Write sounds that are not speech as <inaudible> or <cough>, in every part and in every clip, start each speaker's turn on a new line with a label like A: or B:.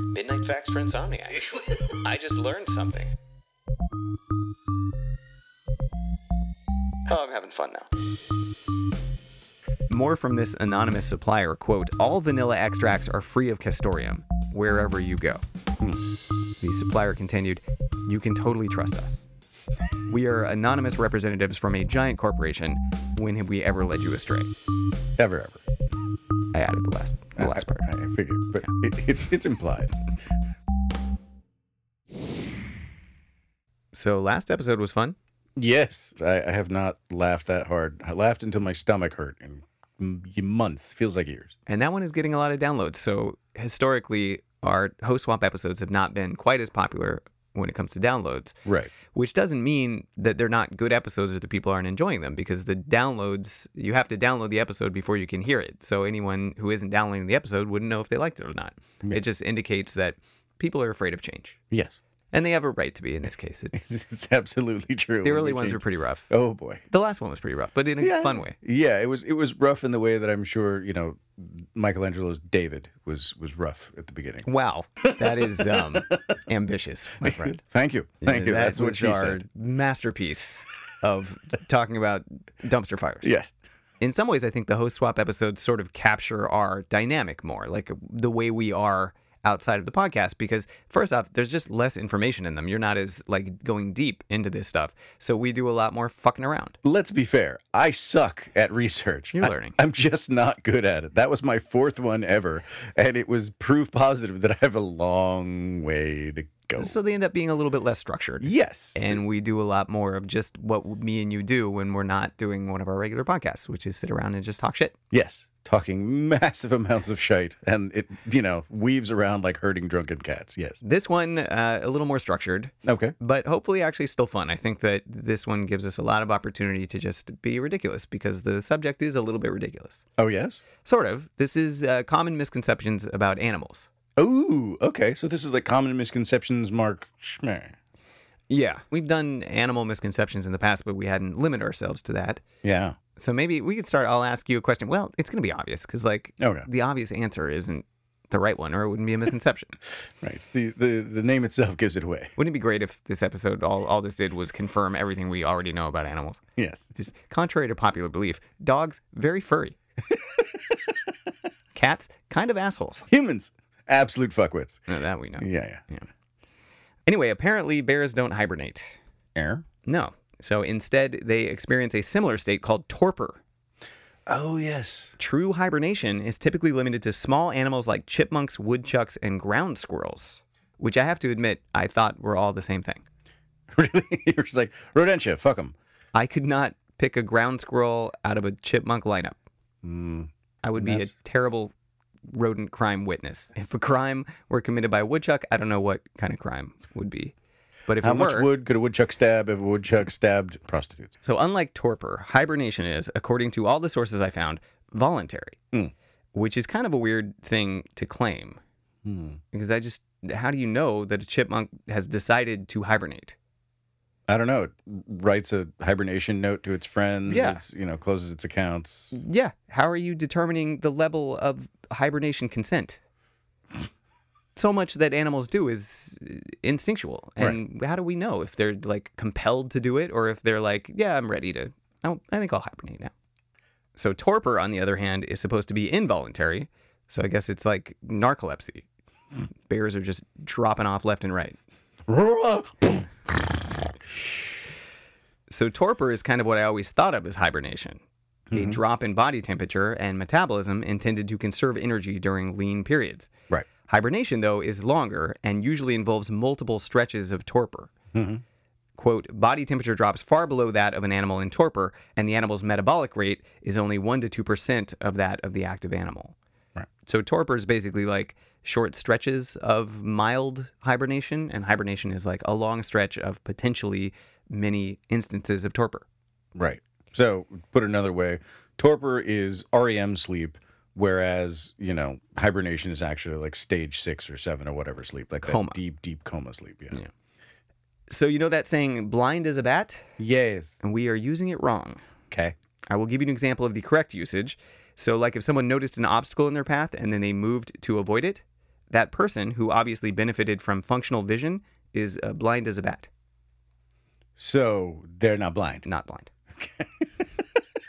A: Midnight Facts for Insomniacs. I just learned something. Oh, I'm having fun now.
B: More from this anonymous supplier, quote, all vanilla extracts are free of castoreum wherever you go. Hmm. The supplier continued, you can totally trust us. We are anonymous representatives from a giant corporation. When have we ever led you astray?
C: Ever, ever.
B: I added the last the last part.
C: I, I figured, but it, it's it's implied.
B: So last episode was fun.
C: Yes, I, I have not laughed that hard. I laughed until my stomach hurt in m- months. Feels like years.
B: And that one is getting a lot of downloads. So historically, our host swap episodes have not been quite as popular when it comes to downloads,
C: Right.
B: which doesn't mean that they're not good episodes or that people aren't enjoying them because the downloads, you have to download the episode before you can hear it. So anyone who isn't downloading the episode wouldn't know if they liked it or not. It just indicates that people are afraid of change.
C: Yes, <laughs>
B: And they have a right to be in this case. It's,
C: it's absolutely true.
B: the
C: When
B: early
C: we
B: ones were
C: changed-
B: pretty rough.
C: Oh boy.
B: The last one was pretty rough, but in a fun way.
C: Yeah, it was it was rough in the way that I'm sure you know Michelangelo's David was was rough at the beginning.
B: Wow, that is
C: <laughs>
B: um, ambitious, my friend.
C: Thank you, thank you.
B: That
C: That's what
B: was
C: she
B: our
C: said.
B: masterpiece of talking about dumpster fires.
C: Yes.
B: In some ways, I think the host swap episodes sort of capture our dynamic more, like the way we are outside of the podcast. Because first off, there's just less information in them. You're not as like going deep into this stuff, so we do a lot more fucking around.
C: Let's be fair. I suck at research.
B: You're
C: I-
B: learning.
C: I'm just not good at it. That was my fourth one ever, and it was proof positive that I have a long way to go.
B: So they end up being a little bit less structured.
C: yes.
B: And we do a lot more of just what me and you do when we're not doing one of our regular podcasts, which is sit around and just talk shit.
C: Yes, talking massive amounts of shite, and it you know weaves around like herding drunken cats. Yes.
B: This one, uh, a little more structured.
C: Okay.
B: but hopefully actually still fun. I think that this one gives us a lot of opportunity to just be ridiculous because the subject is a little bit ridiculous.
C: Oh yes.
B: Sort of. This is uh, common misconceptions about animals.
C: Oh, okay. So this is like common misconceptions, Mark Schmer.
B: Yeah. We've done animal misconceptions in the past, but we hadn't limited ourselves to that.
C: Yeah.
B: So maybe we could start. I'll ask you a question. Well, it's going to be obvious because, like,
C: Okay.
B: the obvious answer isn't the right one or it wouldn't be a misconception.
C: Right. The the the name itself gives it away. <laughs>
B: wouldn't it be great if this episode, all, all this did was confirm everything we already know about animals?
C: Yes.
B: just contrary to popular belief, dogs very furry. Cats kind of assholes.
C: Humans, absolute fuckwits.
B: No, that we know.
C: Yeah. Yeah.
B: Anyway, apparently bears don't hibernate.
C: Air.
B: No. So instead, they experience a similar state called torpor.
C: Oh yes.
B: True hibernation is typically limited to small animals like chipmunks, woodchucks, and ground squirrels, which I have to admit I thought were all the same thing.
C: <laughs> Really? You're just like rodentia. Fuck them.
B: I could not pick a ground squirrel out of a chipmunk lineup.
C: Hmm.
B: I would be a
C: That's-
B: terrible rodent crime witness. <laughs> If a crime were committed by a woodchuck, I don't know what kind of crime would be. But if
C: How
B: it
C: much
B: were,
C: wood could a woodchuck stab if a woodchuck stabbed prostitutes?
B: so unlike torpor, hibernation is, according to all the sources I found, voluntary,
C: Mm.
B: which is kind of a weird thing to claim.
C: Hmm.
B: Because I just, how do you know that a chipmunk has decided to hibernate?
C: I don't know. It writes a hibernation note to its friends.
B: Yeah.
C: It's, you know, closes its
B: <laughs>
C: accounts.
B: Yeah. How are you determining the level of hibernation consent? So much that animals do is uh, instinctual. And how do we know if they're like compelled to do it or if they're like, yeah, I'm ready to, I, I think I'll hibernate now. So torpor, on the other hand, is supposed to be involuntary. So I guess it's like narcolepsy. Bears are just dropping off left and right. So torpor is kind of what I always thought of as hibernation. A drop in body temperature and metabolism intended to conserve energy during lean periods.
C: Right.
B: Hibernation, though, is longer and usually involves multiple stretches of torpor. Quote, body temperature drops far below that of an animal in torpor, and the animal's metabolic rate is only 1% to 2% of that of the active animal.
C: Right.
B: So torpor is basically like short stretches of mild hibernation, and hibernation is like a long stretch of potentially many instances of torpor.
C: Right. So, put another way, torpor is REM sleep, whereas, you know, hibernation is actually like stage six or seven or whatever sleep, like
B: Coma.
C: that deep, deep coma sleep. Yeah.
B: Yeah. So you know that saying, blind as a bat?
C: Yes.
B: And we are using it wrong.
C: Okay.
B: I will give you an example of the correct usage. So, like if someone noticed an obstacle in their path and then they moved to avoid it, that person who obviously benefited from functional vision is uh, blind as a bat,
C: So they're not blind.
B: not blind.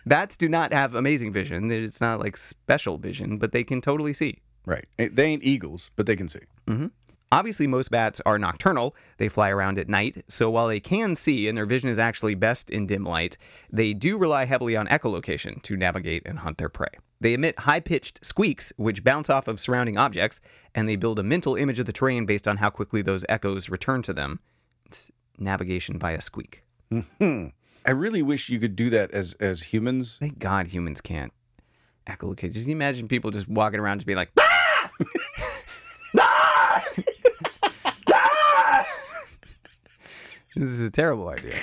B: Bats do not have amazing vision. It's not like special vision, but they can totally see.
C: Right. Eh, They ain't eagles, but they can see.
B: Obviously, most bats are nocturnal. They fly around at night, so while they can see and their vision is actually best in dim light, they do rely heavily on echolocation to navigate and hunt their prey. They emit high pitched squeaks, which bounce off of surrounding objects, and they build a mental image of the terrain based on how quickly those echoes return to them. It's navigation via squeak.
C: I really wish you could do that as as <laughs> humans.
B: Thank God humans can't echolocate. Just imagine people just walking around just being like, "Ah!" <laughs> Ah! <laughs> Ah! this is a terrible idea.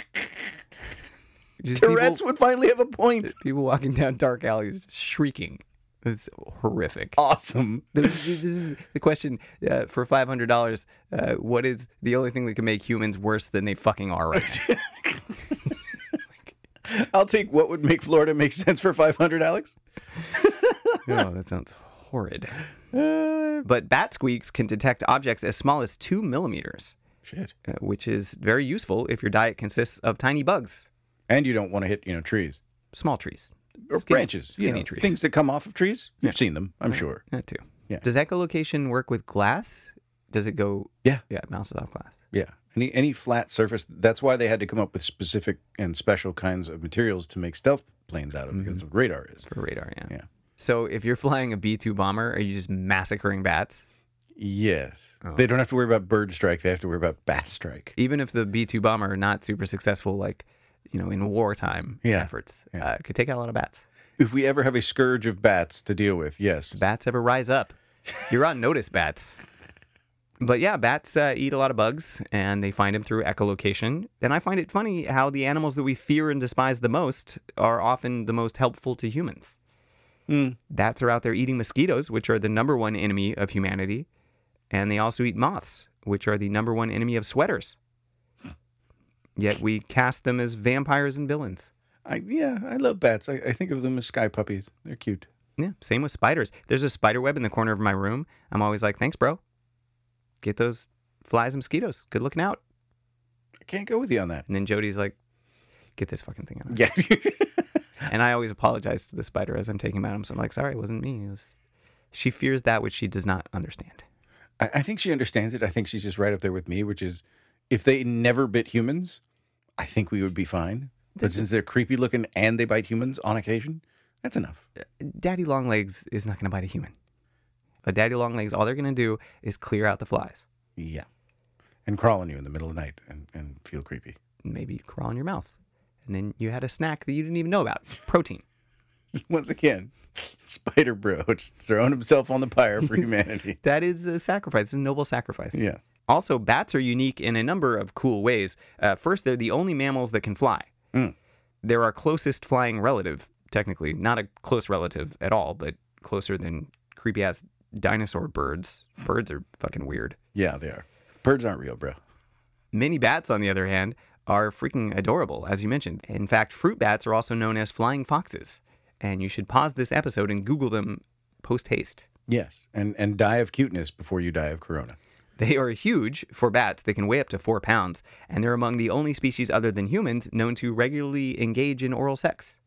B: Just
C: Tourette's
B: people,
C: would finally have a point.
B: people walking down dark alleys just shrieking. It's horrific.
C: <laughs> Oh. Awesome.
B: <laughs> This is, this is the question uh, for five hundred dollars. Uh, what is the only thing that can make humans worse than they fucking are right? now?
C: I'll take what would make Florida make sense for 500, Alex.
B: oh, that sounds horrid.
C: Uh,
B: But bat squeaks can detect objects as small as two millimeters,
C: Shit.
B: uh, which is very useful if your diet consists of tiny bugs,
C: And you don't want to hit, you know, trees
B: small trees,
C: or
B: skinny-
C: branches,
B: skinny
C: you know,
B: trees.
C: things that come off of trees. You've seen them, I'm sure.
B: That too.
C: Yeah.
B: Does echolocation work with glass? Does it go?
C: Yeah.
B: Yeah, it bounces off glass.
C: Yeah. Any any flat surface. That's why they had to come up with specific and special kinds of materials to make stealth planes out of because that's what radar is.
B: For radar, yeah.
C: Yeah.
B: So if you're flying a B two bomber, are you just massacring bats?
C: Yes. They don't have to worry about bird strike. They have to worry about bat strike.
B: Even if the B two bomber are not super successful, like you know, in wartime
C: Yeah.
B: efforts, uh, it could take out a lot of bats.
C: If we ever have a scourge of bats to deal with, yes.
B: bats ever rise up. You're on notice, bats. But yeah, bats uh, eat a lot of bugs and they find them through echolocation. And I find it funny how the animals that we fear and despise the most are often the most helpful to humans. Bats are out there eating mosquitoes, which are the number one enemy of humanity. And they also eat moths, which are the number one enemy of sweaters. Yet we cast them as vampires and villains.
C: I yeah, I love bats. I, I think of them as sky puppies. They're cute.
B: Yeah, same with spiders. There's a spider web in the corner of my room. I'm always like, thanks, bro. Get those flies and mosquitoes. Good looking out.
C: I can't go with you on that. <laughs>
B: And then Jody's like, get this fucking thing out.
C: Yeah.
B: And I always apologize to the spider as I'm taking him out. I'm so- I'm like, sorry, it wasn't me. It was... She fears that which she does not understand.
C: I, I think she understands it. I think she's just right up there with me, which is if they never bit humans, I think we would be fine. But since they're creepy looking and they bite humans on occasion, that's enough.
B: Daddy Longlegs is not going to bite a human. But Daddy Longlegs, all they're going to do is clear out the flies,
C: Yeah. And crawl on you in the middle of the night and, and feel creepy. <laughs>
B: maybe crawl in your mouth. And then you had a snack that you didn't even know about protein.
C: Once again, <laughs> Spider Bro just throwing himself on the pyre for humanity.
B: That is a sacrifice, it's a noble sacrifice.
C: Yes.
B: Also, bats are unique in a number of cool ways. Uh, first, they're the only mammals that can fly. They're our closest flying relative, technically. Not a close relative at all, but closer than creepy ass dinosaur birds. Birds are fucking weird.
C: Yeah, they are. Birds aren't real, bro.
B: Many bats, on the other hand, are freaking adorable, as you mentioned. In fact, fruit bats are also known as flying foxes. And you should pause this episode and Google them post haste.
C: Yes. And and die of cuteness before you die of corona.
B: They are huge for bats. They can weigh up to four pounds, and they're among the only species other than humans known to regularly engage in oral sex.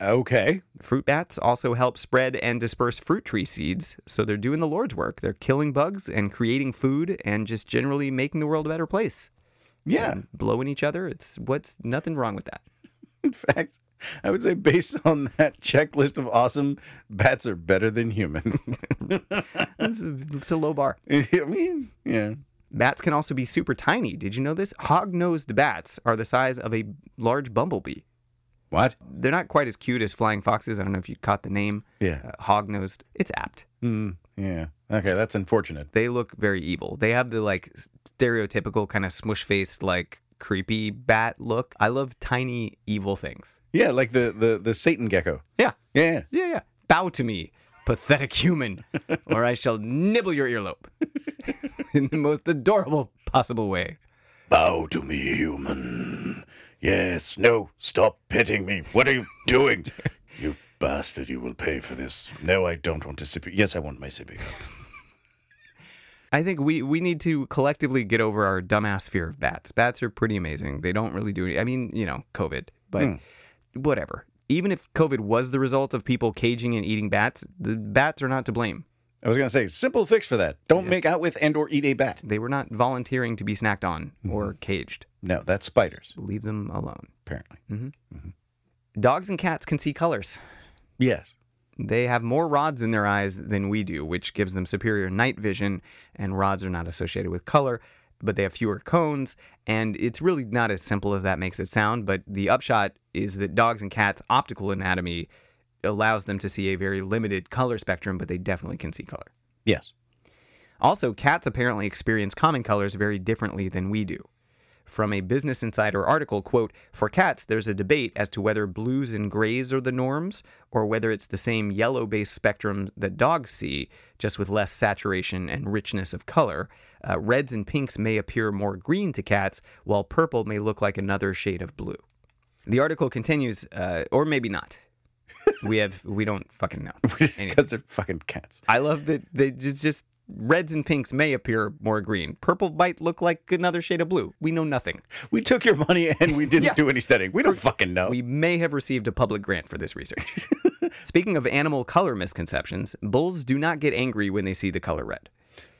C: Okay.
B: Fruit bats also help spread and disperse fruit tree seeds, so they're doing the Lord's work. They're killing bugs and creating food and just generally making the world a better place.
C: Yeah.
B: And blowing each other, it's what's nothing wrong with that.
C: <laughs> In fact, I would say based on that checklist of awesome, bats are better than <laughs> humans.
B: It's a, it's a low bar.
C: I mean, yeah.
B: Bats can also be super tiny. Did you know this? Hog nosed bats are the size of a large bumblebee.
C: What?
B: They're not quite as cute as flying foxes. I don't know if you caught the name.
C: Yeah.
B: uh, hog-nosed. It's apt.
C: Mm, yeah. Okay, that's unfortunate.
B: They look very evil. They have the like stereotypical kind of smush-faced, like creepy bat look. I love tiny evil things.
C: Yeah, like the the the Satan gecko.
B: Yeah,
C: Yeah.
B: yeah, yeah. Bow to me, pathetic human, or I shall nibble your earlobe <laughs> in the most adorable possible way.
C: Bow to me, human. Yes, no, stop petting me. What are you <laughs> doing? you bastard, you will pay for this. No, I don't want to sip. Yes, I want my sippy cup.
B: I think we we need to collectively get over our dumbass fear of bats. Bats are pretty amazing. They don't really do. Any, I mean, you know, COVID, but whatever. Even if COVID was the result of people caging and eating bats, the bats are not to blame.
C: I was gonna say simple fix for that. Don't make out with and or eat a bat.
B: They were not volunteering to be snacked on or caged.
C: No, that's spiders
B: Leave them alone.
C: apparently.
B: Dogs and cats can see colors.
C: Yes.
B: They have more rods in their eyes than we do, which gives them superior night vision, and rods are not associated with color, but they have fewer cones, and it's really not as simple as that makes it sound, but the upshot is that dogs and cats' optical anatomy allows them to see a very limited color spectrum, but they definitely can see color.
C: Yes. <laughs>
B: Also, cats apparently experience common colors very differently than we do. From a Business Insider article, quote, for cats, there's a debate as to whether blues and grays are the norms or whether it's the same yellow based spectrum that dogs see, just with less saturation and richness of color. Uh, reds and pinks may appear more green to cats, while purple may look like another shade of blue. The article continues, uh, or maybe not. we have, we don't fucking know. Anyway.
C: Because they're fucking cats.
B: I love that they just just reds and pinks may appear more green. Purple might look like another shade of blue. We know nothing.
C: We took your money and we didn't
B: Yeah.
C: do any studying. We don't fucking know.
B: We may have received a public grant for this research. Speaking of animal color misconceptions, bulls do not get angry when they see the color red.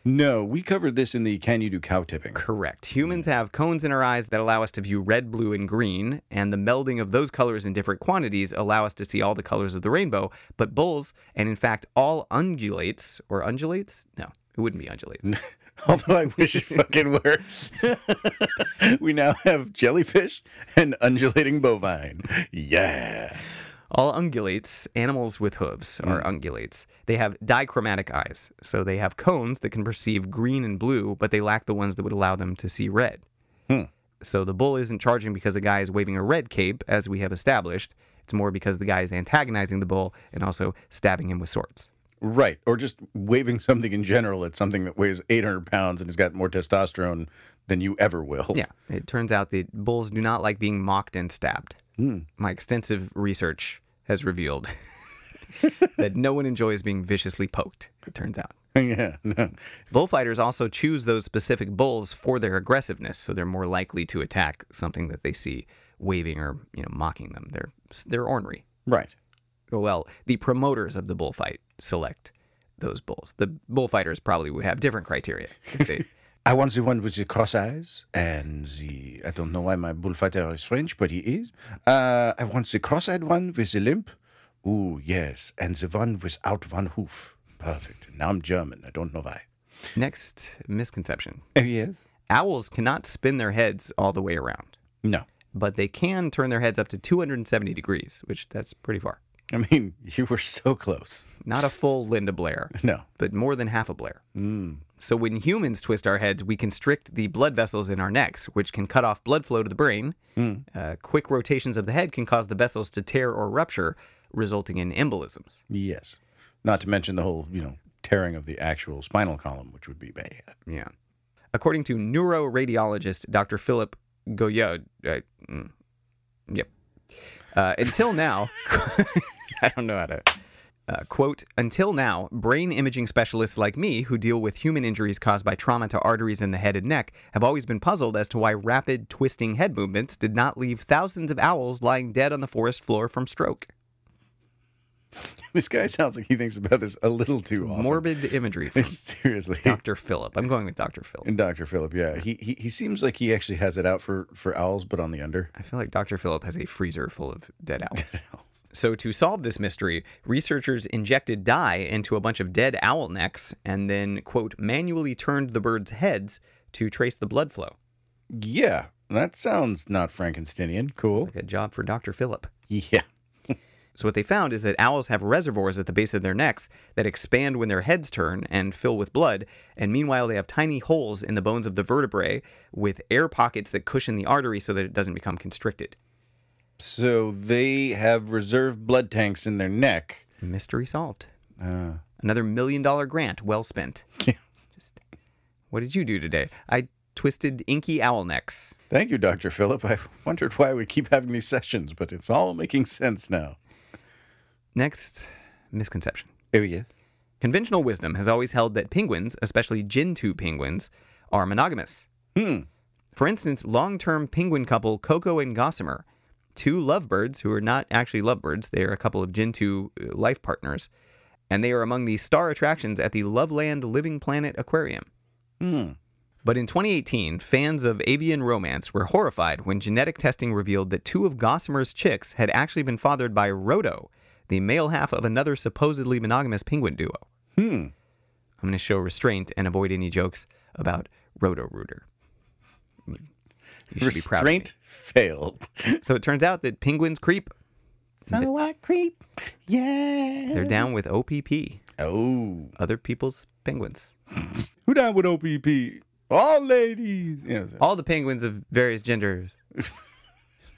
C: no, we covered this in the Can You Do Cow Tipping?
B: Correct. Humans have cones in our eyes that allow us to view red, blue, and green, and the melding of those colors in different quantities allow us to see all the colors of the rainbow. But bulls, and in fact all ungulates or undulates, no, it wouldn't be undulates.
C: <laughs> Although I <laughs> wish it fucking were. we now have jellyfish and undulating bovine. Yeah.
B: All ungulates, animals with hooves, are ungulates. They have dichromatic eyes. So they have cones that can perceive green and blue, but they lack the ones that would allow them to see red. So the bull isn't charging because the guy is waving a red cape, as we have established. It's more because the guy is antagonizing the bull and also stabbing him with swords.
C: Right. Or just waving something in general at something that weighs 800 pounds and has got more testosterone than you ever will.
B: Yeah, it turns out that bulls do not like being mocked and stabbed. My extensive research has revealed <laughs> that no one enjoys being viciously poked, it turns out.
C: <laughs> yeah. No.
B: Bullfighters also choose those specific bulls for their aggressiveness, so they're more likely to attack something that they see waving or you know mocking them. They're they're ornery. Oh,
C: Right.
B: Well, the promoters of the bullfight select those bulls. The bullfighters probably would have different criteria. if they-
C: I want the one with the cross eyes and the. I don't know why my bullfighter is French, but he is. Uh, I want the cross eyed one with the limp. Ooh, yes. And the one without one hoof. Perfect. Now I'm German. I don't know why.
B: Next misconception:
C: Yes.
B: owls cannot spin their heads all the way around,
C: No.
B: but they can turn their heads up to 270 degrees, which that's pretty far.
C: I mean, <laughs> you were so close.
B: Not a full Linda Blair.
C: No. Mm,
B: but more than half a Blair. So when humans twist our heads, we constrict the blood vessels in our necks, which can cut off blood flow to the brain. Uh, quick rotations of the head can cause the vessels to tear or rupture, resulting in embolisms.
C: Yes. Not to mention the whole, you know, tearing of the actual spinal column, which would be bad. <laughs>
B: Yeah. According to neuroradiologist Dr. Philip Goyod, uh, mm, yep. Uh, until now, <laughs> I don't know how to. Uh, quote, until now, brain imaging specialists like me who deal with human injuries caused by trauma to arteries in the head and neck have always been puzzled as to why rapid twisting head movements did not leave thousands of owls lying dead on the forest floor from stroke.
C: This guy sounds like he thinks about this a little too often.
B: Morbid imagery from
C: <laughs> Seriously.
B: Dr. Philip. I'm going with Dr. Philip.
C: And Dr. Philip, yeah, he, he he seems like he actually has it out for for owls, but on the under. <laughs>
B: I feel like Dr. Philip has a freezer full of dead owls. So, to solve this mystery, researchers injected dye into a bunch of dead owl necks and then, quote, manually turned the birds' heads to trace the blood flow.
C: Yeah, that sounds not Frankensteinian. Cool.
B: Like a job for Dr. Philip.
C: Yeah.
B: So, what they found is that owls have reservoirs at the base of their necks that expand when their heads turn and fill with blood. And meanwhile, they have tiny holes in the bones of the vertebrae with air pockets that cushion the artery so that it doesn't become constricted.
C: So they have reserve blood tanks in their neck.
B: Mystery solved.
C: Uh,
B: Another million dollar grant well spent.
C: Yeah.
B: Just what did you do today? I twisted inky owl necks.
C: thank you, Dr. Philip. I wondered why we keep having these sessions, but it's all making sense now.
B: Next misconception.
C: Oh yes.
B: Conventional wisdom has always held that penguins, especially Gentoo penguins, are monogamous. For instance, long term penguin couple Coco and Gossamer, two lovebirds who are not actually lovebirds, they are a couple of Gentoo uh, life partners, and they are among the star attractions at the Loveland Living Planet Aquarium.
C: Hmm.
B: But in 2018, fans of avian romance were horrified when genetic testing revealed that two of Gossamer's chicks had actually been fathered by Rhodo, the male half of another supposedly monogamous penguin duo.
C: Hmm.
B: I'm going to show restraint and avoid any jokes about Roto Rooter. You should be proud of me.
C: Restraint
B: <laughs>
C: failed.
B: So it turns out that penguins creep.
C: so I creep. Yeah.
B: They're down with OPP,
C: Oh.
B: other people's penguins.
C: Who down with OPP? All ladies. You know,
B: All the penguins of various genders,
C: <laughs>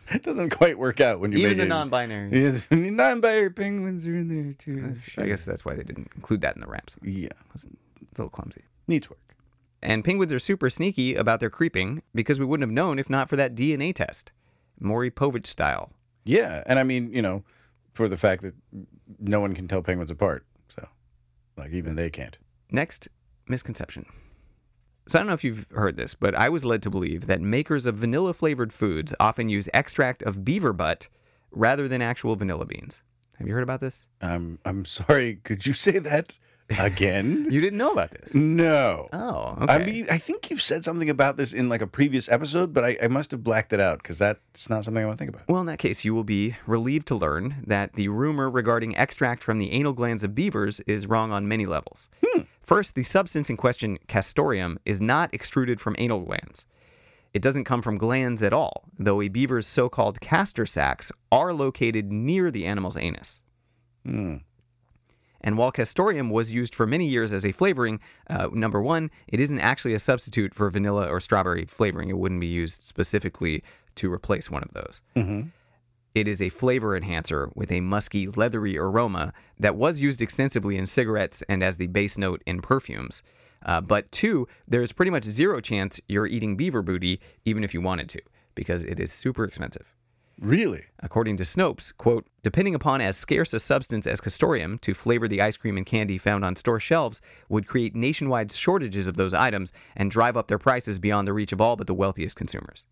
C: it doesn't quite work out when you
B: even
C: make
B: the
C: it- <laughs>
B: non binary.
C: Yes, non-binary penguins are in there too.
B: I guess that's why they didn't include that in the raps. It's
C: Yeah.
B: a little clumsy.
C: Needs work.
B: And penguins are super sneaky about their creeping because we wouldn't have known if not for that DNA test, Maury Povich style.
C: Yeah, and I mean, you know, for the fact that no one can tell penguins apart, so like even they can't.
B: Next, misconception. So I don't know if you've heard this, but I was led to believe that makers of vanilla flavored foods often use extract of beaver butt rather than actual vanilla beans. Have you heard about this?
C: I'm I'm sorry. Could you say that again?
B: You didn't know about
C: <laughs>
B: this.
C: no.
B: Oh, okay.
C: I mean, I think you've said something about this in like a previous episode, but I, I must have blacked it out because that's not something I want to think about.
B: well, in that case, you will be relieved to learn that the rumor regarding extract from the anal glands of beavers is wrong on many levels. First, the substance in question, castoreum, is not extruded from anal glands. It doesn't come from glands at all, though a beaver's so called castor sacs are located near the animal's anus. And while castoreum was used for many years as a flavoring, uh, number one, it isn't actually a substitute for vanilla or strawberry flavoring. It wouldn't be used specifically to replace one of those. It is a flavor enhancer with a musky, leathery aroma that was used extensively in cigarettes and as the base note in perfumes. Uh, but two, there's pretty much zero chance you're eating beaver booty, even if you wanted to, because it is super expensive.
C: Really?
B: According to Snopes, quote, depending upon as scarce a substance as castoreum to flavor the ice cream and candy found on store shelves would create nationwide shortages of those items and drive up their prices beyond the reach of all but the wealthiest consumers.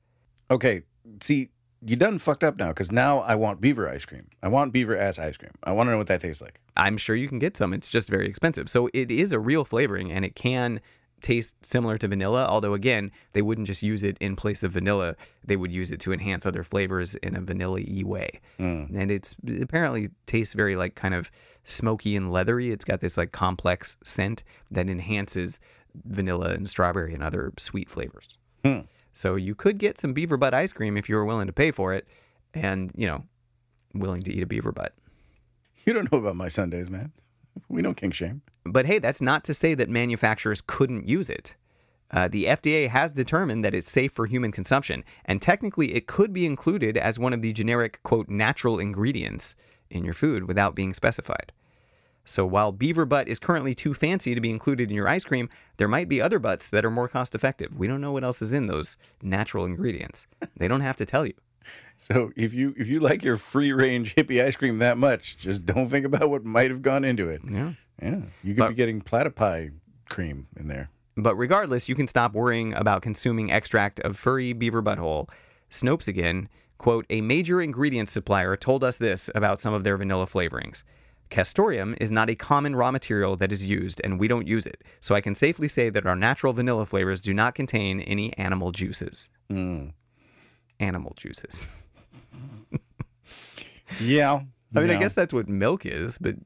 C: Okay. See, you done fucked up now because now I want beaver ice cream. I want beaver ass ice cream. I want to know what that tastes like.
B: I'm sure you can get some. It's just very expensive. So it is a real flavoring and it can taste similar to vanilla, although again, they wouldn't just use it in place of vanilla. They would use it to enhance other flavors in a vanilla y way. And it's it apparently tastes very like kind of smoky and leathery. It's got this like complex scent that enhances vanilla and strawberry and other sweet flavors. So you could get some beaver butt ice cream if you were willing to pay for it and, you know, willing to eat a beaver butt.
C: You don't know about my Sundays, man. We don't king shame.
B: But hey, that's not to say that manufacturers couldn't use it. Uh, the FDA has determined that it's safe for human consumption, and technically it could be included as one of the generic, quote, natural ingredients in your food without being specified. So while beaver butt is currently too fancy to be included in your ice cream, there might be other butts that are more cost effective. We don't know what else is in those natural ingredients. They don't have to tell you.
C: So if you if you like your free range hippie ice cream that much, just don't think about what might have gone into it.
B: Yeah.
C: Yeah, you could
B: But-
C: be getting platypi cream in there.
B: But regardless, you can stop worrying about consuming extract of furry beaver butthole. Snopes again, quote, a major ingredient supplier told us this about some of their vanilla flavorings. Castoreum is not a common raw material that is used, and we don't use it, so I can safely say that our natural vanilla flavors do not contain any animal juices. Animal juices.
C: Yeah,
B: I mean, I guess that's what milk is, but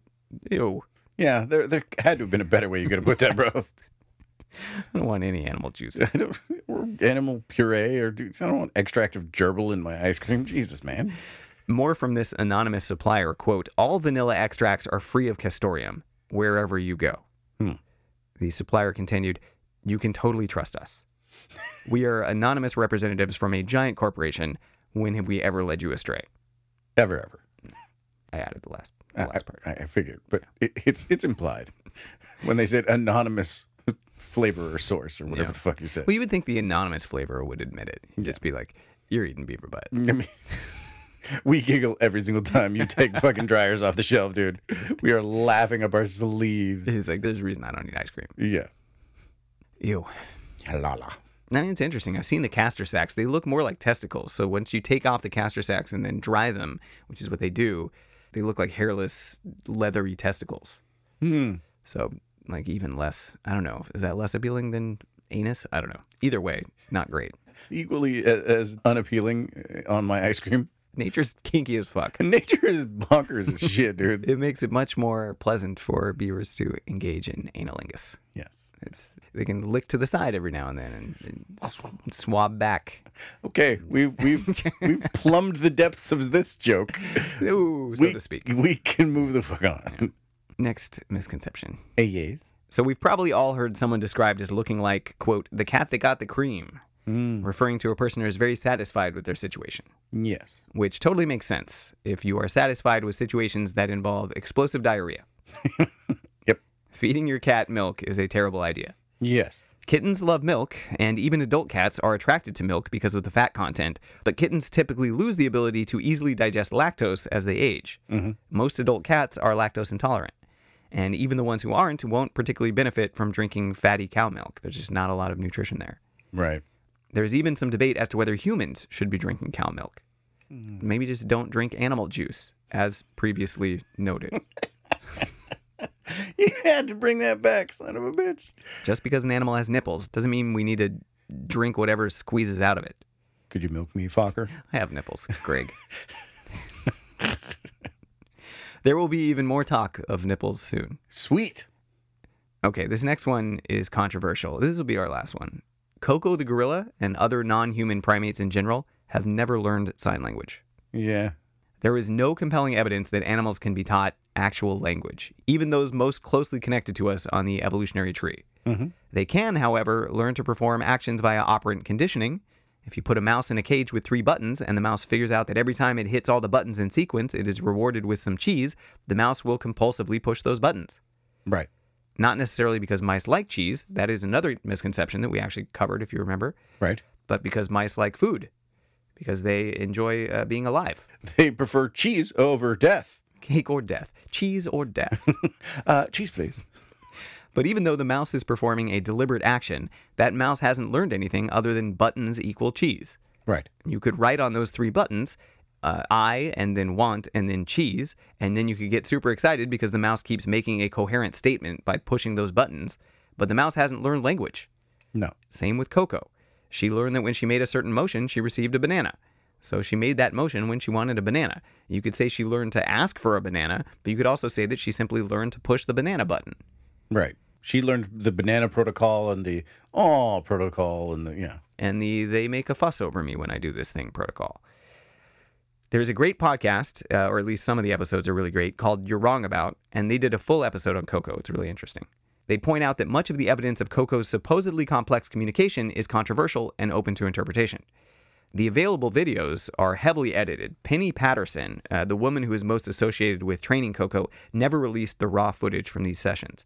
B: ew. <laughs>
C: Yeah, there there had to have been a better way you could have put that, bro.
B: I don't want any animal juices.
C: I don't- or animal puree, or do, I don't want extract of gerbil in my ice cream. Jesus, man.
B: More from this anonymous supplier, quote, all vanilla extracts are free of castoreum wherever you go. The supplier continued, you can totally trust us. we are anonymous representatives from a giant corporation. When have we ever led you astray?
C: Ever, ever.
B: I added the last, the
C: Uh, I,
B: last part.
C: I, I figured, but it, it's it's implied <laughs> when they said anonymous flavor or source or whatever the fuck you said. <laughs> Mm.
B: Well, you would think the anonymous flavor would admit it. You'd just be like, you're eating beaver butt.
C: I mean, <laughs> We giggle every single time
B: <laughs>
C: you take fucking dryers off the shelf, dude. We are laughing up our sleeves.
B: He's like, there's a reason I don't eat ice cream.
C: Yeah.
B: Ew.
C: La la.
B: I mean, it's interesting. I've seen the castor sacks. They look more like testicles. So once you take off the castor sacks and then dry them, which is what they do, they look like hairless, leathery testicles. So, like, even less, I don't know. Is that less appealing than anus? I don't know. Either way, not great.
C: Equally a- as unappealing uh, on my ice cream. <laughs>
B: Nature's <laughs> kinky as fuck.
C: Nature is bonkers as shit, dude.
B: <laughs> It makes it much more pleasant for beavers to engage in analingus.
C: Yes.
B: It's, they can lick to the side every now and then and, and sw- swab back.
C: Okay, we, we've
B: <laughs>
C: we've plumbed the depths of this joke.
B: Ooh, so
C: we,
B: to speak.
C: We can move the fuck on.
B: Next misconception.
C: Hey, yes.
B: So we've probably all heard someone described as looking like, quote, the cat that got the cream, referring to a person who is very satisfied with their situation,
C: Yes.
B: which totally makes sense if you are satisfied with situations that involve explosive diarrhea.
C: Yep.
B: Feeding your cat milk is a terrible idea.
C: Yes.
B: Kittens love milk, and even adult cats are attracted to milk because of the fat content, but kittens typically lose the ability to easily digest lactose as they age. Most adult cats are lactose intolerant, and even the ones who aren't won't particularly benefit from drinking fatty cow milk. There's just not a lot of nutrition there.
C: Right.
B: There's even some debate as to whether humans should be drinking cow milk. Maybe just don't drink animal juice, as previously noted.
C: You had to bring that back, son of a bitch.
B: just because an animal has nipples doesn't mean we need to drink whatever squeezes out of it.
C: Could you milk me, Fokker?
B: I have nipples, Greg. there will be even more talk of nipples soon.
C: Sweet.
B: Okay, this next one is controversial. This will be our last one. Coco the gorilla and other non human primates in general have never learned sign language.
C: Yeah.
B: There is no compelling evidence that animals can be taught actual language, even those most closely connected to us on the evolutionary tree. They can, however, learn to perform actions via operant conditioning. If you put a mouse in a cage with three buttons and the mouse figures out that every time it hits all the buttons in sequence, it is rewarded with some cheese, the mouse will compulsively push those buttons.
C: Right.
B: Not necessarily because mice like cheese, that is another misconception that we actually covered, if you remember,
C: Right.
B: but because mice like food, because they enjoy uh, being alive.
C: They prefer cheese over death.
B: Cake or death, cheese or death.
C: <laughs> Uh, cheese, please.
B: But even though the mouse is performing a deliberate action, that mouse hasn't learned anything other than buttons equal cheese.
C: Right.
B: You could write on those three buttons, uh, I, and then want, and then cheese, and then you could get super excited because the mouse keeps making a coherent statement by pushing those buttons. But the mouse hasn't learned language.
C: No.
B: Same with Coco. She learned that when she made a certain motion, she received a banana. So she made that motion when she wanted a banana. You could say she learned to ask for a banana, but you could also say that she simply learned to push the banana button.
C: Right. She learned the banana protocol and the aw protocol and the, yeah.
B: and the they make a fuss over me when I do this thing protocol. There's a great podcast, uh, or at least some of the episodes are really great, called You're Wrong About, and they did a full episode on Coco. It's really interesting. They point out that much of the evidence of Coco's supposedly complex communication is controversial and open to interpretation. The available videos are heavily edited. Penny Patterson, uh, the woman who is most associated with training Coco, never released the raw footage from these sessions.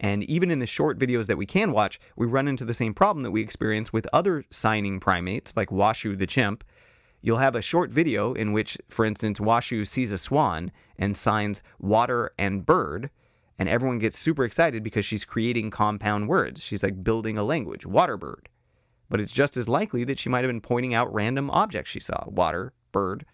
B: And even in the short videos that we can watch, we run into the same problem that we experience with other signing primates, like Washu the chimp. You'll have a short video in which, for instance, Washu sees a swan and signs water and bird, and everyone gets super excited because she's creating compound words. She's like building a language, water bird but it's just as likely that she might have been pointing out random objects she saw water, bird,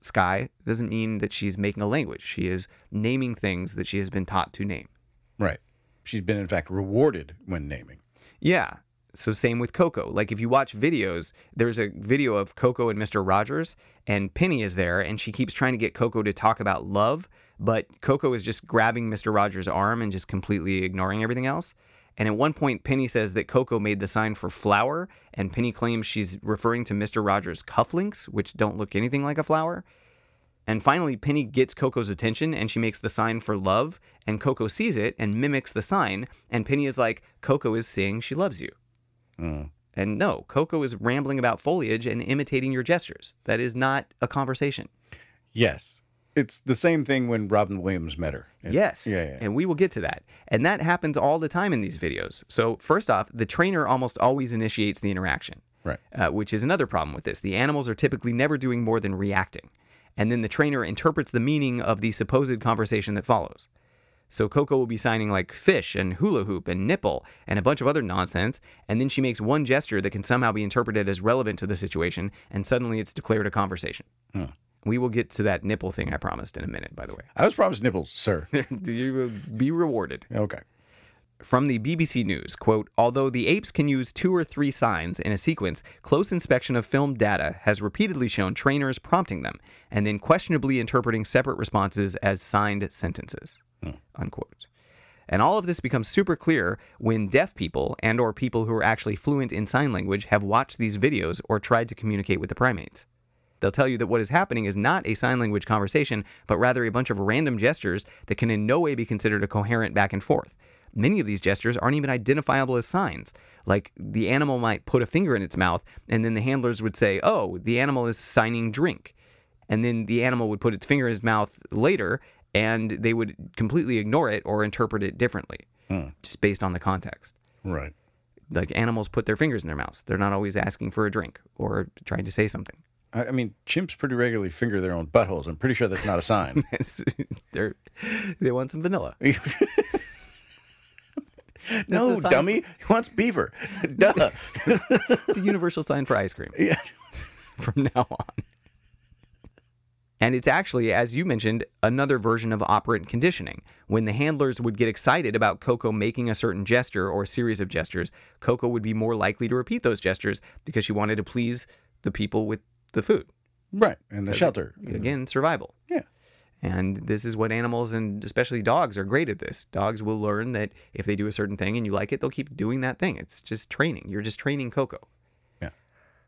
B: sky. Doesn't mean that she's making a language. She is naming things that she has been taught to name.
C: Right. She's been, in fact, rewarded when naming.
B: Yeah. So same with Coco. Like if you watch videos, there's a video of Coco and Mr. Rogers, and Penny is there, and she keeps trying to get Coco to talk about love, but Coco is just grabbing Mr. Rogers' arm and just completely ignoring everything else. And at one point, Penny says that Coco made the sign for flower, and Penny claims she's referring to Mr. Rogers' cufflinks, which don't look anything like a flower. And finally, Penny gets Coco's attention and she makes the sign for love. And Coco sees it and mimics the sign. And Penny is like, Coco is saying she loves you.
C: Mm.
B: And no, Coco is rambling about foliage and imitating your gestures. That is not a conversation.
C: Yes. It's the same thing when Robin Williams met her. It-
B: Yes.
C: Yeah, yeah.
B: And we will get to that. And that happens all the time in these videos. So, first off, the trainer almost always initiates the interaction.
C: Right.
B: uh, which is another problem with this. The animals are typically never doing more than reacting. and then the trainer interprets the meaning of the supposed conversation that follows. So Coco will be signing like fish and hula hoop and nipple and a bunch of other nonsense, and then she makes one gesture that can somehow be interpreted as relevant to the situation, and suddenly it's declared a conversation. We will get to that nipple thing I promised in a minute, by the way. <laughs>
C: I was promised nipples, <laughs> sir.
B: you will be rewarded
C: okay.
B: from the BBC News, quote, although the apes can use two or three signs in a sequence, close inspection of film data has repeatedly shown trainers prompting them and then questionably interpreting separate responses as signed sentences. Unquote. And all of this becomes super clear when deaf people and or people who are actually fluent in sign language have watched these videos or tried to communicate with the primates. They'll tell you that what is happening is not a sign language conversation, but rather a bunch of random gestures that can in no way be considered a coherent back and forth. Many of these gestures aren't even identifiable as signs. Like the animal might put a finger in its mouth, and then the handlers would say, Oh, the animal is signing drink. And then the animal would put its finger in its mouth later, and they would completely ignore it or interpret it differently, just based on the context
C: Right.
B: like animals put their fingers in their mouths. They're not always asking for a drink or trying to say something.
C: I, I mean, chimps pretty regularly finger their own buttholes. I'm pretty sure that's not
B: <laughs>
C: a sign.
B: It's- they're they want some vanilla.
C: no,
B: a sign.
C: dummy. He
B: <laughs>
C: wants beaver. Duh.
B: It's a universal sign for ice cream <laughs>
C: Yeah.
B: from now on. And it's actually, as you mentioned, another version of operant conditioning. When the handlers would get excited about Coco making a certain gesture or series of gestures, Coco would be more likely to repeat those gestures because she wanted to please the people with the food.
C: Right. And the shelter.
B: Again, survival.
C: Yeah.
B: And this is what animals and especially dogs are great at this. Dogs will learn that if they do a certain thing and you like it, they'll keep doing that thing. It's just training. You're just training Coco.
C: Yeah.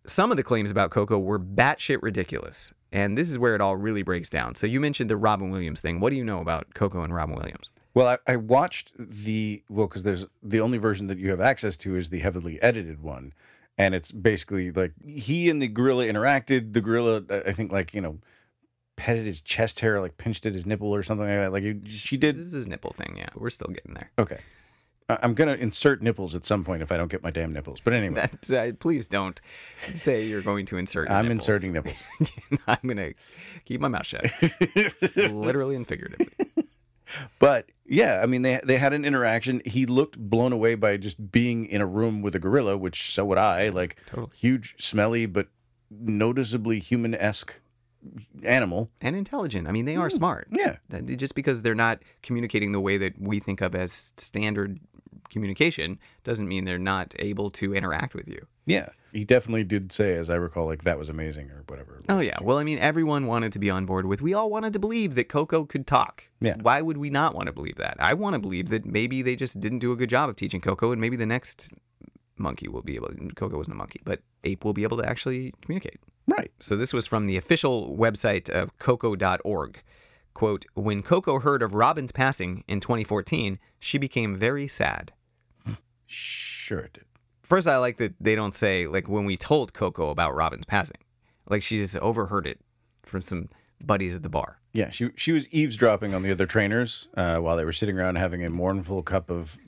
B: Some of the claims about Coco were batshit ridiculous. And this is where it all really breaks down. So you mentioned the Robin Williams thing. What do you know about Coco and Robin Williams?
C: Well, I, I watched the well because there's the only version that you have access to is the heavily edited one, and it's basically like he and the gorilla interacted. The gorilla, I- I think, like you know, petted his chest hair, like pinched at his nipple or something like that. Like he- she did.
B: This is a nipple thing, yeah. We're still getting there. <laughs>
C: Okay, I- I'm gonna insert nipples at some point if I don't get my damn nipples. But anyway,
B: That, uh, please don't say you're going to insert. your
C: I'm
B: nipples. <laughs>
C: inserting nipples.
B: I'm gonna keep my mouth
C: <laughs>
B: shut, <laughs> literally and figuratively.
C: But yeah, I mean they they had an interaction. He looked blown away by just being in a room with a gorilla, which so would I. Like huge, smelly, but noticeably human esque animal.
B: and intelligent. I mean, they are smart.
C: Yeah.
B: That- Just because they're not communicating the way that we think of as standard communication doesn't mean they're not able to interact with you.
C: Yeah. He definitely did say, as I recall, like that was amazing or whatever.
B: Oh yeah. Well, I mean, everyone wanted to be on board with. We all wanted to believe that Coco could talk.
C: Yeah.
B: Why would we not want to believe that? I want to believe that maybe they just didn't do a good job of teaching Coco, and maybe the next monkey will be able. Coco wasn't a monkey, but ape will be able to actually communicate.
C: Right.
B: So this was from the official website of coco.org. Quote, when Coco heard of Robin's passing in 2014, she became very sad.
C: Sure it did.
B: First, I like that they don't say, like, when we told Coco about Robin's passing. Like, she just overheard it from some buddies at the bar.
C: Yeah, she she was eavesdropping on the other trainers uh, while they were sitting around having a mournful cup of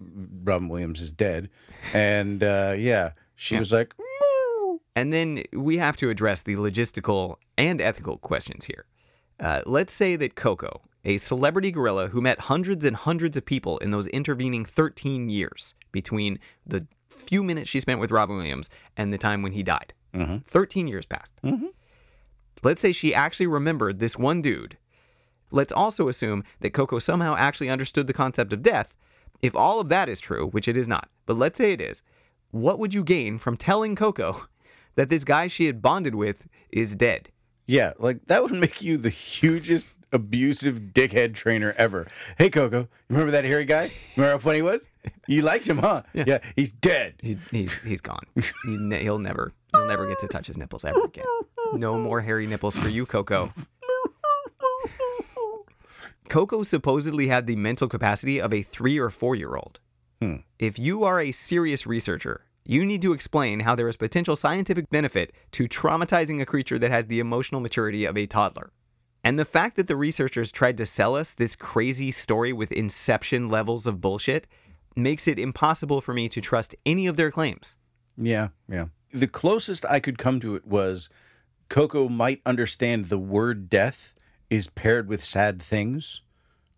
C: Robin Williams is dead, and uh, yeah, she was like, "Moo."
B: And then we have to address the logistical and ethical questions here. Uh, let's say that Coco, a celebrity gorilla who met hundreds and hundreds of people in those intervening 13 years between the few minutes she spent with Robin Williams and the time when he died, 13 years passed. Let's say she actually remembered this one dude. Let's also assume that Coco somehow actually understood the concept of death. If all of that is true, which it is not, but let's say it is, what would you gain from telling Coco <laughs> that this guy she had bonded with is dead?
C: Yeah, like that would make you the hugest abusive dickhead trainer ever. Hey, Coco, remember that hairy guy? Remember how funny he was? You liked him, huh? Yeah, he's dead.
B: He, he's he's gone. He ne- he'll never he'll never get to touch his nipples ever again. No more hairy nipples for you, Coco. Coco supposedly had the mental capacity of a three or four year old. If you are a serious researcher, you need to explain how there is potential scientific benefit to traumatizing a creature that has the emotional maturity of a toddler. And the fact that the researchers tried to sell us this crazy story with inception levels of bullshit makes it impossible for me to trust any of their claims.
C: Yeah, yeah. The closest I could come to it was Coco might understand the word death is paired with sad things.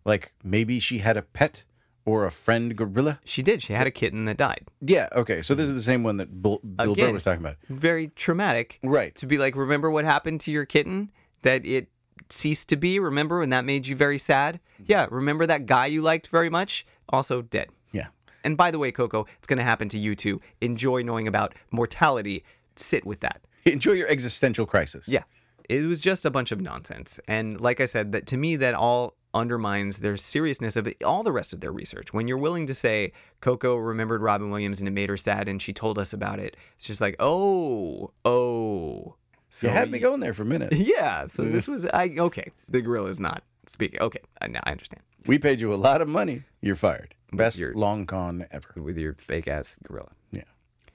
C: Like maybe she had a pet or a friend gorilla.
B: She did. She had a kitten that died.
C: Yeah, okay. So this is the same one that Bill, Bill Burr
B: Again.
C: was talking about.
B: Very traumatic.
C: Right.
B: To be like, remember what happened to your kitten? That it ceased to be. Remember, and that made you very sad. Yeah. Remember that guy you liked very much? Also dead.
C: Yeah. <laughs>
B: And by the way, Coco, it's going to happen to you too. Enjoy knowing about mortality. Sit with that.
C: Enjoy your existential crisis.
B: Yeah. It was just a bunch of nonsense. And like I said, that to me that all undermines their seriousness of all the rest of their research. When you're willing to say Coco remembered Robin Williams and it made her sad and she told us about it, it's just like, "Oh, oh." So
C: You had me going there for a
B: <laughs>
C: minute.
B: Yeah, so this was I okay. The gorilla's not speaking. Okay, I, now I understand.
C: We paid you a lot of money. You're fired. Best
B: You're-
C: long con ever.
B: With your fake ass gorilla.
C: Yeah.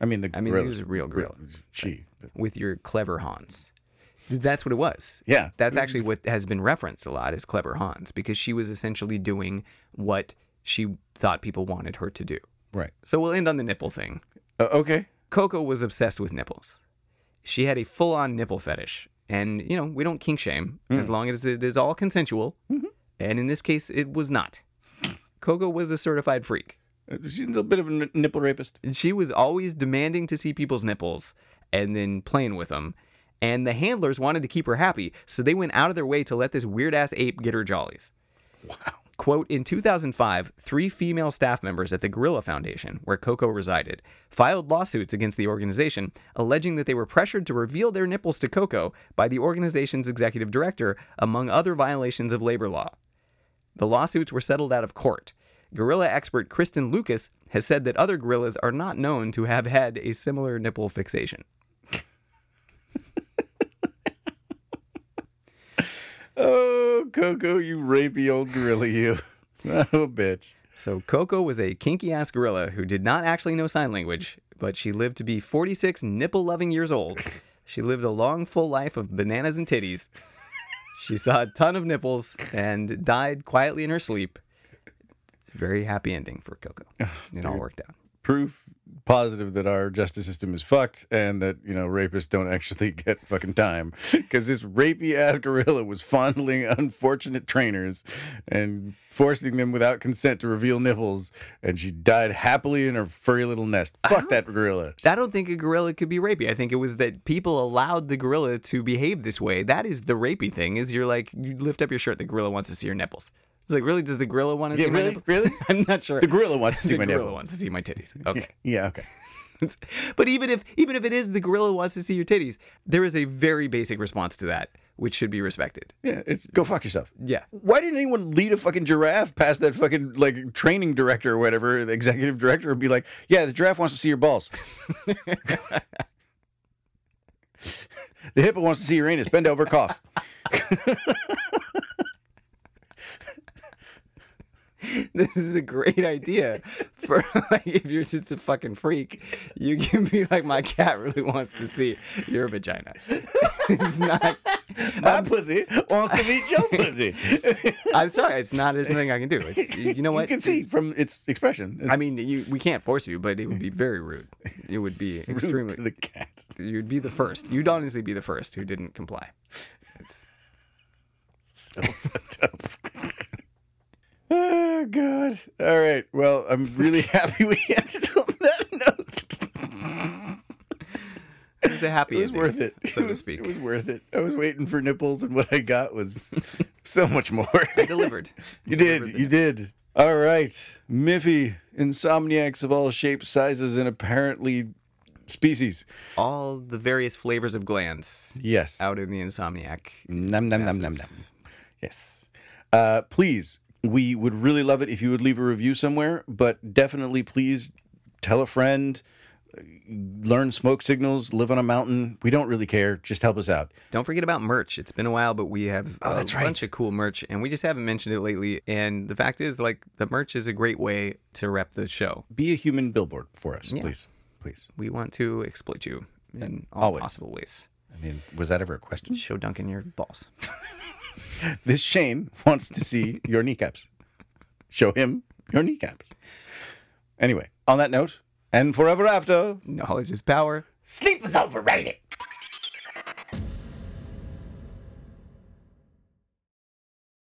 C: I mean, the
B: I mean,
C: gorilla.
B: he was a real gorilla
C: she. but-
B: with your clever Hans. That's what it was.
C: Yeah.
B: That's actually what has been referenced a lot is clever Hans because she was essentially doing what she thought people wanted her to do.
C: Right.
B: So we'll end on the nipple thing.
C: Uh, okay.
B: Coco was obsessed with nipples. She had a full on nipple fetish. And, you know, we don't kink shame as long as it is all consensual. And in this case, it was not. Coco was a certified freak.
C: Uh, She's a little bit of a n- nipple rapist.
B: And she was always demanding to see people's nipples and then playing with them. And the handlers wanted to keep her happy, so they went out of their way to let this weird ass ape get her jollies. Wow. Quote In 2005, three female staff members at the Gorilla Foundation, where Coco resided, filed lawsuits against the organization, alleging that they were pressured to reveal their nipples to Coco by the organization's executive director, among other violations of labor law. The lawsuits were settled out of court. Gorilla expert Kristen Lucas has said that other gorillas are not known to have had a similar nipple fixation.
C: Oh, Coco, you rapey old gorilla, you. <laughs> oh, bitch.
B: So Coco was a kinky ass gorilla who did not actually know sign language, but she lived to be 46 nipple loving years old. She lived a long, full life of bananas and titties. She saw a ton of nipples and died quietly in her sleep. Very happy ending for Coco. It all worked out.
C: Proof positive that our justice system is fucked and that, you know, rapists don't actually <laughs> get fucking time. Because this rapey ass gorilla was fondling unfortunate trainers and forcing them without consent to reveal nipples. And she died happily in her furry little nest. Fuck that gorilla.
B: I don't think a gorilla could be rapey. I think it was that people allowed the gorilla to behave this way. That is the rapey thing. Is you're like you lift up your shirt, the gorilla wants to see your nipples. It's like really, does the gorilla want to
C: Yeah,
B: see my
C: really?
B: nipples? <laughs>
C: Really?
B: I'm not sure.
C: The gorilla wants to see
B: the
C: my
B: gorilla
C: nipple.
B: wants to see my titties.
C: <laughs>
B: Okay, <laughs>
C: Yeah, okay.
B: but even if even if it is the gorilla wants to see your titties, there is a very basic response to that which should be respected.
C: Yeah, it's go fuck yourself.
B: Yeah. <laughs>
C: Why didn't anyone lead a fucking giraffe past that fucking like training director or whatever, the executive director would be like, Yeah, the giraffe wants to see your balls. <laughs> the hippo wants to see your anus. Bend
B: <laughs>
C: over, cough.
B: this is a great idea <laughs> for like if you're just a fucking freak, you can be like, my cat really wants to see your vagina. <laughs> it's not.
C: My pussy wants to
B: <laughs>
C: meet your pussy.
B: I'm sorry, it's not. There's nothing I can do. It's, you you know what?
C: <laughs> You can see from its expression. It's
B: I mean, you, we can't force you, but it would
C: <laughs>
B: be very rude. It would be
C: rude
B: extremely.
C: to the cat. <laughs>
B: You'd be the first. You'd honestly be the first who didn't comply. It's,
C: so fucked up. oh god. All right. Well, I'm really <laughs> happy we ended on that note. <laughs>
B: it was a happy.
C: It was
B: ending,
C: worth it.
B: so
C: it
B: to
C: was,
B: speak.
C: It was worth it. I was waiting for nipples, and what I
B: <laughs>
C: got was so much more.
B: I delivered.
C: <laughs> you did. You did. All right, Miffy, insomniacs of all shapes, sizes, and apparently species.
B: All the various flavors of glands
C: Yes.
B: out in the insomniac.
C: Num num num num num.
B: masses.
C: Yes. Uh, please, we would really love it if you would leave a review somewhere, but definitely please tell a friend, uh, learn smoke signals, live on a mountain. We don't really care. Just help us out.
B: Don't forget about merch. It's been a while, but we have a
C: Oh, that's right.
B: bunch of cool merch, and we just haven't mentioned it lately. And the fact is, like, the merch is a great way to rep the show.
C: Be a human billboard for us, please. Please.
B: We want to exploit you in all
C: Always.
B: possible ways.
C: I mean, was that ever a question? <laughs>
B: Show Duncan your balls. <laughs>
C: This Shane wants to see your kneecaps. Show him your kneecaps. Anyway, on that note, and forever after,
B: Knowledge is power.
C: sleep is overrated.